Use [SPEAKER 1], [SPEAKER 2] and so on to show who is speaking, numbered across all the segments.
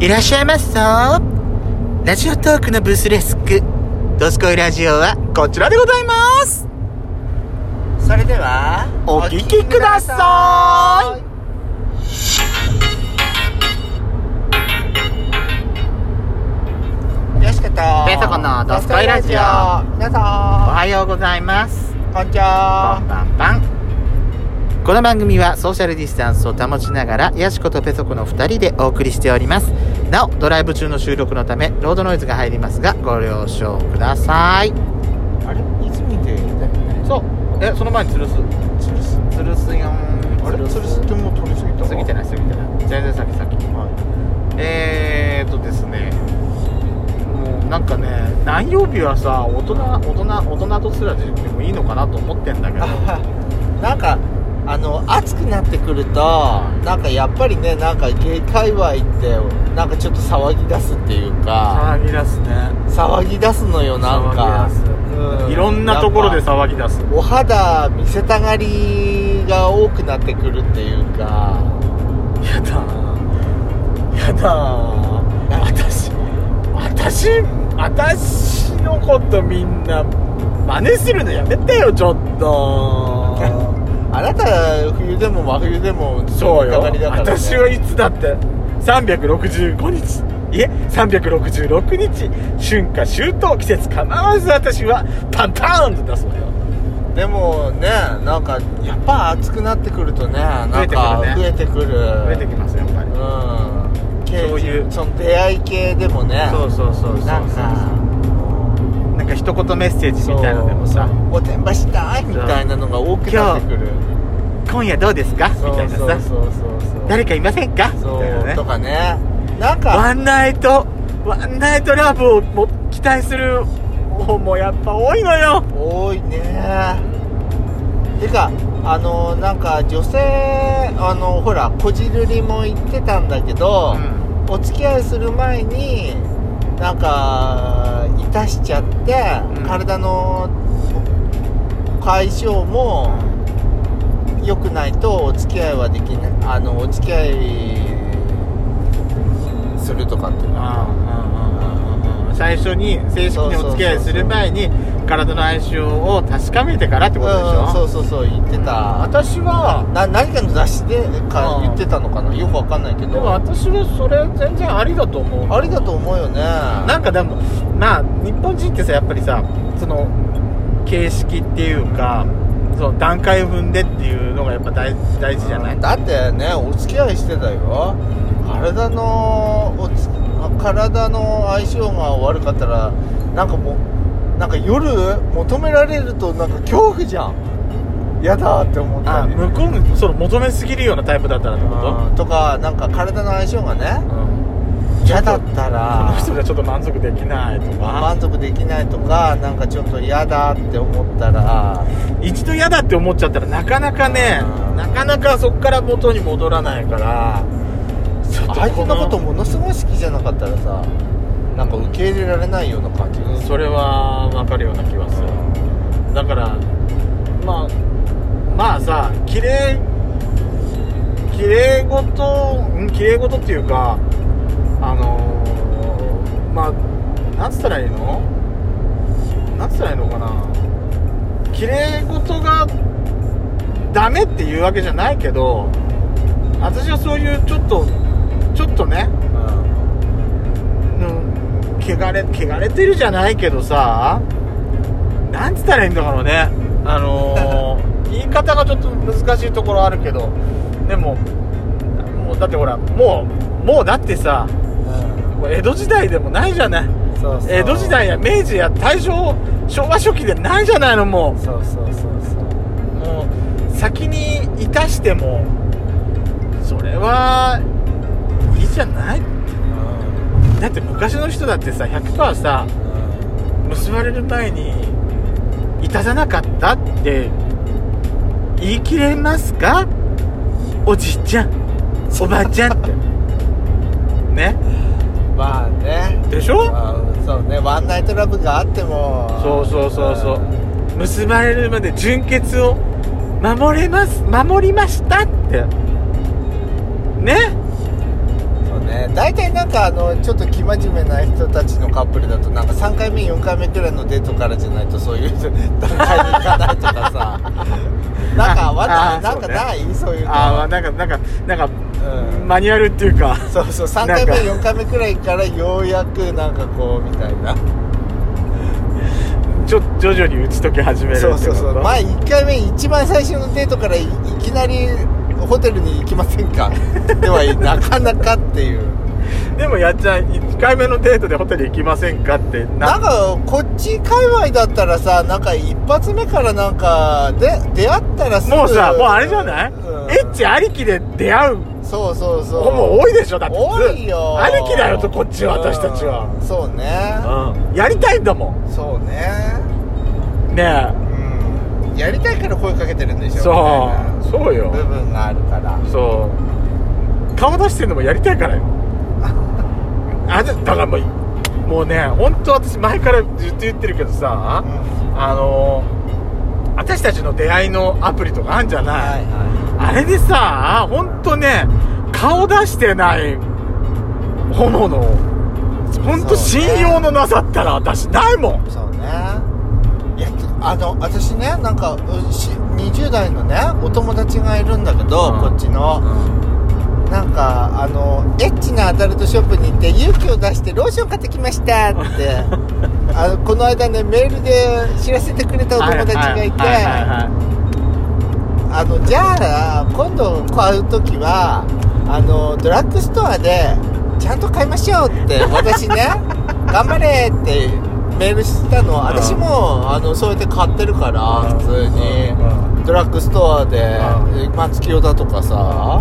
[SPEAKER 1] いらっしゃいますぞラジオトークのブスレスクドスコイラジオはこちらでございますそれでは
[SPEAKER 2] お聞きくださ
[SPEAKER 1] いよしこと
[SPEAKER 2] ペソコのドスコイラジオ
[SPEAKER 1] 皆
[SPEAKER 2] お
[SPEAKER 1] さ
[SPEAKER 2] はようございます。
[SPEAKER 1] んこんにち
[SPEAKER 2] こ
[SPEAKER 1] は
[SPEAKER 2] んばんばん。
[SPEAKER 1] この番組はソーシャルディスタンスを保ちながらヤシコとペソコの2人でお送りしておりますなおドライブ中の収録のためロードノイズが入りますがご了承ください
[SPEAKER 2] あれ泉でだよね。
[SPEAKER 1] そうえその前に吊るす
[SPEAKER 2] つるす。
[SPEAKER 1] 吊るすよん
[SPEAKER 2] あれつるすってもう取りすぎたわ。
[SPEAKER 1] 過ぎてない過ぎてない全然先先
[SPEAKER 2] は
[SPEAKER 1] えーっとですねもうなんかね何曜日はさ大人大人大人とすらでもいいのかなと思ってんだけど
[SPEAKER 2] い。 なんかあの暑くなってくるとなんかやっぱりねなんかゲイ界隈ってなんかちょっと騒ぎ出すっていうか
[SPEAKER 1] 騒ぎ出すね
[SPEAKER 2] 騒ぎ出すのよなんか。
[SPEAKER 1] 騒ぎ出す
[SPEAKER 2] う
[SPEAKER 1] いろんなところで騒ぎ出す
[SPEAKER 2] お肌見せたがりが多くなってくるっていうか
[SPEAKER 1] やだやだ私私私のことみんな真似するのやめてよちょっと
[SPEAKER 2] あなた冬でも真冬でも
[SPEAKER 1] そうよ
[SPEAKER 2] 引っかかりだからね
[SPEAKER 1] 私はいつだって365日いえ366日春夏秋冬季節構わず私はパンパンと出すわよ
[SPEAKER 2] でもねなんかやっぱ暑くなってくるとねなん
[SPEAKER 1] 増えてくる
[SPEAKER 2] か
[SPEAKER 1] ね
[SPEAKER 2] 増えてくる
[SPEAKER 1] 増えてきますやっぱり
[SPEAKER 2] うん系
[SPEAKER 1] そういう
[SPEAKER 2] その出会い系でもね
[SPEAKER 1] そうそうそうそう
[SPEAKER 2] なんか
[SPEAKER 1] なんか一言メッセージみたいなのでもさ
[SPEAKER 2] おてんばしたいみたいなのが多くなってくる
[SPEAKER 1] 「今夜どうですか?」みたいなさ
[SPEAKER 2] そうそうそう
[SPEAKER 1] 「誰かいませんか?」み
[SPEAKER 2] そ
[SPEAKER 1] たいな
[SPEAKER 2] う
[SPEAKER 1] ね
[SPEAKER 2] とかねなん
[SPEAKER 1] ワ
[SPEAKER 2] か
[SPEAKER 1] ンナイトワンナイトラブをも期待する方もやっぱ多いのよ
[SPEAKER 2] 多いねてかあのなんか女性あのほらこじるりも言ってたんだけど、お付き合いする前になんかいたしちゃって、
[SPEAKER 1] うん
[SPEAKER 2] 体の解消も良くないとお付き合いはできないあのお付き合いするとかっていうのは
[SPEAKER 1] 最初に正式にお付き合いする前に体の相性を確かめてからってことでしょ、
[SPEAKER 2] うんそうそうそう言ってた、
[SPEAKER 1] 私は
[SPEAKER 2] な何かの雑誌でか
[SPEAKER 1] うん
[SPEAKER 2] 言ってたのかなよくわかんないけ
[SPEAKER 1] でも
[SPEAKER 2] ど
[SPEAKER 1] 私はそれ全然ありだと思う
[SPEAKER 2] ありだと思うよね
[SPEAKER 1] なんかでもまあ日本人ってさやっぱりさその形式っていうかその段階を踏んでっていうのがやっぱ大大事じゃない
[SPEAKER 2] だってねお付き合いしてたよ体のおつ体の相性が悪かったらなんかもうなんか夜求められるとなんか恐怖じゃんやだって思った
[SPEAKER 1] あ
[SPEAKER 2] り
[SPEAKER 1] 向こうにその求めすぎるようなタイプだったらってこ
[SPEAKER 2] うんとかなんか体の相性がね
[SPEAKER 1] と、うん、
[SPEAKER 2] 嫌だった
[SPEAKER 1] こ
[SPEAKER 2] ら
[SPEAKER 1] の人じゃちょっと満足できないとか
[SPEAKER 2] 満足できないとかなんかちょっと嫌だって思ったら
[SPEAKER 1] 一度嫌だって思っちゃったらなかなかね
[SPEAKER 2] うん
[SPEAKER 1] なかなかそこから元に戻らないから
[SPEAKER 2] 相手のことものすごい好きじゃなかったらさなんか受け入れられないような感じがする
[SPEAKER 1] それは分かるような気はするだからまあまあさ綺麗綺麗事うん綺麗事っていうかあのーまあなんつったらいいのなんつったらいいのかな綺麗事がダメっていうわけじゃないけど私はそういうちょっとちょっとねの汚れ汚れてるじゃないけどさなんつったらいいんだろうねあの ー言い方がちょっと難しいところあるけどでももうだってほらもうもうだってさ
[SPEAKER 2] うん
[SPEAKER 1] もう江戸時代でもないじゃない
[SPEAKER 2] そうそう
[SPEAKER 1] 江戸時代や明治や大正昭和初期でないじゃないのも
[SPEAKER 2] そうそうそうそう
[SPEAKER 1] うもう先にいたしてもそれはいいじゃないだって昔の人だってさ100%さ結ばれる前に「いたさなかった」って言い切れますかおじいちゃんおばあちゃんって ね
[SPEAKER 2] まあね
[SPEAKER 1] でしょ
[SPEAKER 2] まあそうねワンナイトラブがあっても
[SPEAKER 1] そうそうそうそ
[SPEAKER 2] ん
[SPEAKER 1] う結ばれるまで純潔を守れます守りましたってね
[SPEAKER 2] そうね大体なんかあのちょっと生真面目な人たちのカップルだとなんか3回目4回目くらいのデートからじゃないとそう いう段階に行かないとかさなんかわ
[SPEAKER 1] あ
[SPEAKER 2] た
[SPEAKER 1] ー
[SPEAKER 2] なん
[SPEAKER 1] そ
[SPEAKER 2] か
[SPEAKER 1] うね
[SPEAKER 2] ないそう,、いうの
[SPEAKER 1] ああなんかなんかなんか、
[SPEAKER 2] うん
[SPEAKER 1] マニュアルっていうか
[SPEAKER 2] そうそう3
[SPEAKER 1] なん
[SPEAKER 2] 回
[SPEAKER 1] か
[SPEAKER 2] 目4回目くらいからようやくなんかこうみたいな
[SPEAKER 1] ちょ徐々に打ち解け始めるって
[SPEAKER 2] そ
[SPEAKER 1] こ
[SPEAKER 2] う
[SPEAKER 1] と
[SPEAKER 2] そうそう前1回目一番最初のデートからいいきなりホテルに行きませんかではなかなかっていう
[SPEAKER 1] でもやっちゃん1回目のデートでホテル行きませんかって
[SPEAKER 2] なんかこっち界隈だったらさなんか一発目からなんかで出会ったらすぐ
[SPEAKER 1] もうさもうあれじゃない、
[SPEAKER 2] うん
[SPEAKER 1] エッチありきで出会う
[SPEAKER 2] そうそうそう
[SPEAKER 1] 子も多いでしょだって
[SPEAKER 2] 多いよ
[SPEAKER 1] ありきだよとこっちは私たちは
[SPEAKER 2] うんそうね
[SPEAKER 1] うんやりたいんだもん
[SPEAKER 2] そうね
[SPEAKER 1] ね
[SPEAKER 2] うんやりたいから声かけてるんで
[SPEAKER 1] え
[SPEAKER 2] しょ
[SPEAKER 1] そうそう
[SPEAKER 2] み
[SPEAKER 1] よ
[SPEAKER 2] たいな部分があるから
[SPEAKER 1] そう顔出してるのもやりたい からよあだだからもうもうね本当私前からずっと言ってるけどさ、
[SPEAKER 2] うん
[SPEAKER 1] あの私たちの出会いのアプリとかあんじゃない、
[SPEAKER 2] は
[SPEAKER 1] あれでさ本当ね顔出してないホモの本当
[SPEAKER 2] そう
[SPEAKER 1] 信
[SPEAKER 2] ね
[SPEAKER 1] 用のなさったら私ないもん
[SPEAKER 2] いそうねいやあの私ねなんかうし20代のねお友達がいるんだけど、
[SPEAKER 1] うん
[SPEAKER 2] こっちの、なんかあのエッチなアダルトショップに行って勇気を出してローション買ってきましたって あのこの間ねメールで知らせてくれたお友達がいて
[SPEAKER 1] はいはいはいはい
[SPEAKER 2] あのじゃあ今度買う時はあのドラッグストアでちゃんと買いましょうって 私ね頑張れってメールしたの私もあのそうやって買ってるから
[SPEAKER 1] うん
[SPEAKER 2] 普通に
[SPEAKER 1] う
[SPEAKER 2] ドラッグストアで
[SPEAKER 1] う
[SPEAKER 2] 松清だとかさ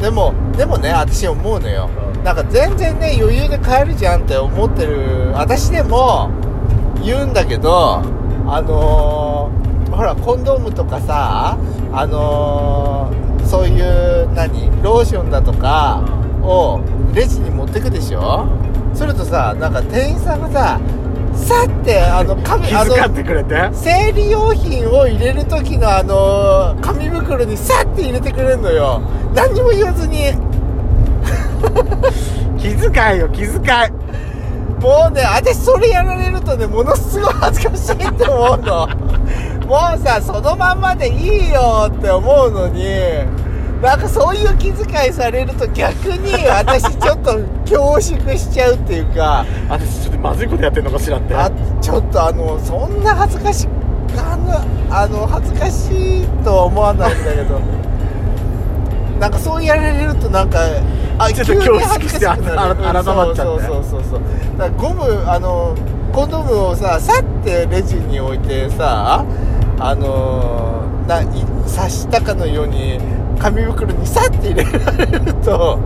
[SPEAKER 2] でもでもね私思うのよ
[SPEAKER 1] うん
[SPEAKER 2] なんか全然ね余裕で買えるじゃんって思ってる私でも言うんだけどあのーほらコンドームとかさあのーそういう何ローションだとかをレジに持ってくでしょそれとさなんか店員さんがささってあの紙
[SPEAKER 1] 気
[SPEAKER 2] あの
[SPEAKER 1] 遣ってくれて
[SPEAKER 2] 生理用品を入れる時のあのー紙袋にさって入れてくれるのよ何にも言わずに
[SPEAKER 1] 気遣いよ気遣い
[SPEAKER 2] もうね私それやられるとねものすごい恥ずかしいって思うの もうさそのまんまでいいよって思うのになんかそういう気遣いされると逆に私ちょっと恐縮しちゃうっていうか
[SPEAKER 1] 私ちょっとまずいことやってんのかしらって
[SPEAKER 2] あちょっとあのそんな恥ずかしあのあの恥ずかしいとは思わないんだけどなんかそうやられるとなんかあ
[SPEAKER 1] ちょっと
[SPEAKER 2] 急
[SPEAKER 1] 恐
[SPEAKER 2] に
[SPEAKER 1] 縮
[SPEAKER 2] 恥ず
[SPEAKER 1] して
[SPEAKER 2] かしくなる
[SPEAKER 1] あら改まっちゃって
[SPEAKER 2] そうそうそうそうそうだからゴムあのコンドームをささってレジに置いてさあのない刺したかのように紙袋にさって入れられると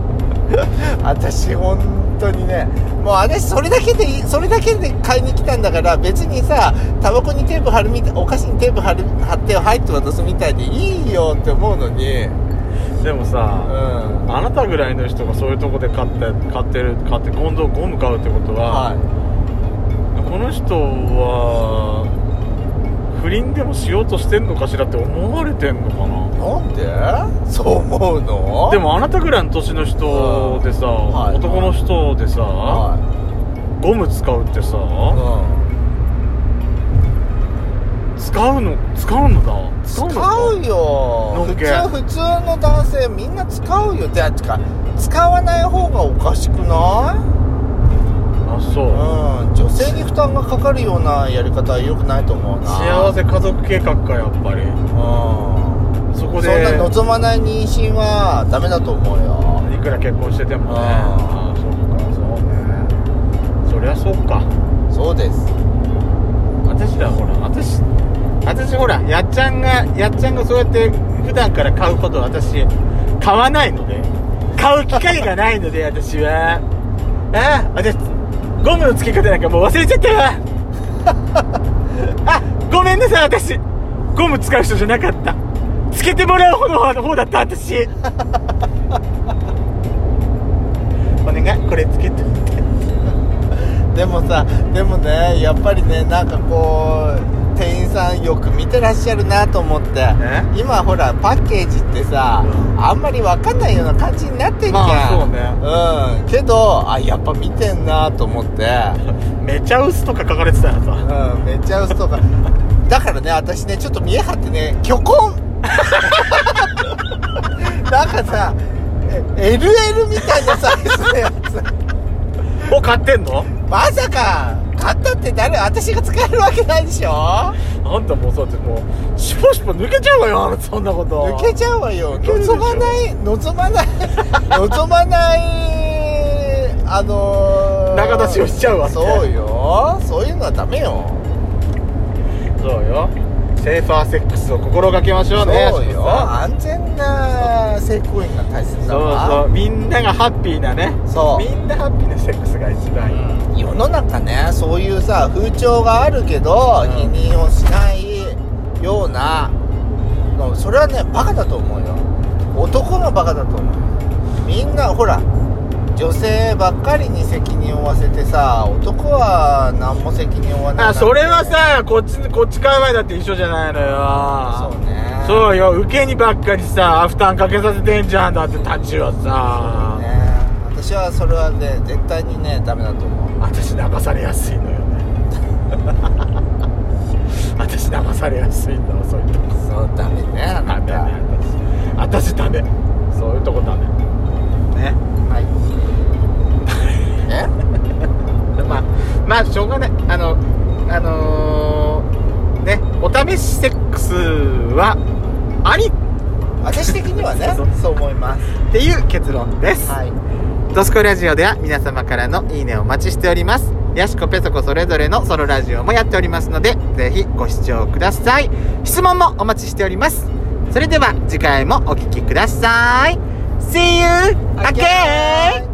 [SPEAKER 2] 私本当にねもう私それだけでいいそれだけで買いに来たんだから別にさタバコにテープ貼るみたいお菓子にテープ貼る貼ってはいって渡すみたいでいいよって思うのに
[SPEAKER 1] でも
[SPEAKER 2] う
[SPEAKER 1] さ、
[SPEAKER 2] ん
[SPEAKER 1] あなたぐらいの人がそういうとこで買って買ってる買って今度ゴム買うってことは、
[SPEAKER 2] は
[SPEAKER 1] この人は不倫でもしようとしてんのかしらって思われてんのか
[SPEAKER 2] い
[SPEAKER 1] な
[SPEAKER 2] なんでそう思うの
[SPEAKER 1] でもあなたぐらいの年の人でさ、
[SPEAKER 2] はい
[SPEAKER 1] 男の人でさ、
[SPEAKER 2] は
[SPEAKER 1] ゴム使うってさ、
[SPEAKER 2] い、うん
[SPEAKER 1] 使うの使うのだ
[SPEAKER 2] 使
[SPEAKER 1] のか
[SPEAKER 2] う
[SPEAKER 1] の
[SPEAKER 2] よ
[SPEAKER 1] っ
[SPEAKER 2] 普
[SPEAKER 1] け
[SPEAKER 2] 通普通の男性みんな使うよってやつか使わない方がおかしくない
[SPEAKER 1] あそうう、
[SPEAKER 2] ん女性に負担がかかるようなやり方は良くないと思うな
[SPEAKER 1] 幸せ家族計画かやっぱり
[SPEAKER 2] うん
[SPEAKER 1] そこ
[SPEAKER 2] そん
[SPEAKER 1] で
[SPEAKER 2] な望まない妊娠はダメだと思うよ
[SPEAKER 1] いくら結婚しててもねあ
[SPEAKER 2] あ
[SPEAKER 1] そうかそうねそりゃそうか
[SPEAKER 2] そうです
[SPEAKER 1] 私らほら私私ほらやっちゃんがやっちゃんがそうやって普段から買うことを私買わないので買う機会がないので私はああ私ゴムの付け方なんかもう忘れちゃったわあごめんなさい私ゴム使う人じゃなかったつけてもらう方の方だった私お願いこれつけて
[SPEAKER 2] でもさでもねやっぱりねなんかこう店員さんよく見てらっしゃるなと思って
[SPEAKER 1] ね
[SPEAKER 2] 今ほらパッケージってさ、
[SPEAKER 1] うん
[SPEAKER 2] あんまり分かんないような感じになってんじゃん、
[SPEAKER 1] まあそう
[SPEAKER 2] ねうんけどあやっぱ見てんなと思って、
[SPEAKER 1] めちゃ薄とか書かれてたら
[SPEAKER 2] う
[SPEAKER 1] さ
[SPEAKER 2] ん、めっちゃ嘘とかだからね私ねちょっと見え張ってね虚 婚なんかさえ LL みたいなサイズのやつ
[SPEAKER 1] を買ってんの
[SPEAKER 2] まさか買ったって誰私が使えるわけないでしょ
[SPEAKER 1] あんたもうそうってもうシュポシュポ抜けちゃうわよあなたそんなこと
[SPEAKER 2] 抜けちゃうわよ
[SPEAKER 1] 抜けるでしょ
[SPEAKER 2] 望まない望まない望まないあのー、
[SPEAKER 1] 仲出しをしちゃうわ
[SPEAKER 2] そうよそういうのはダメよ
[SPEAKER 1] そうよセーファーセックスを心がけましょうね
[SPEAKER 2] そう
[SPEAKER 1] シュポ
[SPEAKER 2] よ
[SPEAKER 1] さん
[SPEAKER 2] 安全な性行為が大切だ
[SPEAKER 1] そう
[SPEAKER 2] わ
[SPEAKER 1] そうみんながハッピーなね
[SPEAKER 2] そう
[SPEAKER 1] みんなハッピーなセックスが一番いい、
[SPEAKER 2] うん世の中ねそういうさ風潮があるけど、
[SPEAKER 1] うん
[SPEAKER 2] 否認をしないようなのそれはねバカだと思うよ男がバカだと思うみんなほら女性ばっかりに責任を負わせてさ男は何も責任を負わない
[SPEAKER 1] あそれはさこっちこっち界隈だって一緒じゃないのよ
[SPEAKER 2] そうね
[SPEAKER 1] そうよ受けにばっかりさ負担かけさせてんじゃんだってたちはさ、
[SPEAKER 2] ね私はそれはね絶対にねダメだと思う
[SPEAKER 1] 私流されやすいのよ ね私流されやすいんだわそういうとこ
[SPEAKER 2] そうダメねあ
[SPEAKER 1] ダ
[SPEAKER 2] な
[SPEAKER 1] メ
[SPEAKER 2] た
[SPEAKER 1] ね私私ダメそういうとこダメね
[SPEAKER 2] はいえ
[SPEAKER 1] でまあまあしょうがないあのあのーねお試しセックスはありっ
[SPEAKER 2] 私的にはね
[SPEAKER 1] そう
[SPEAKER 2] そう思います
[SPEAKER 1] ていう結論です、
[SPEAKER 2] はい
[SPEAKER 1] ドスコイラジオでは皆様からのいいねをお待ちしております。ヤシコペソコそれぞれのソロラジオもやっておりますので、ぜひご視聴ください。質問もお待ちしております。それでは次回もお聞きください。See you again!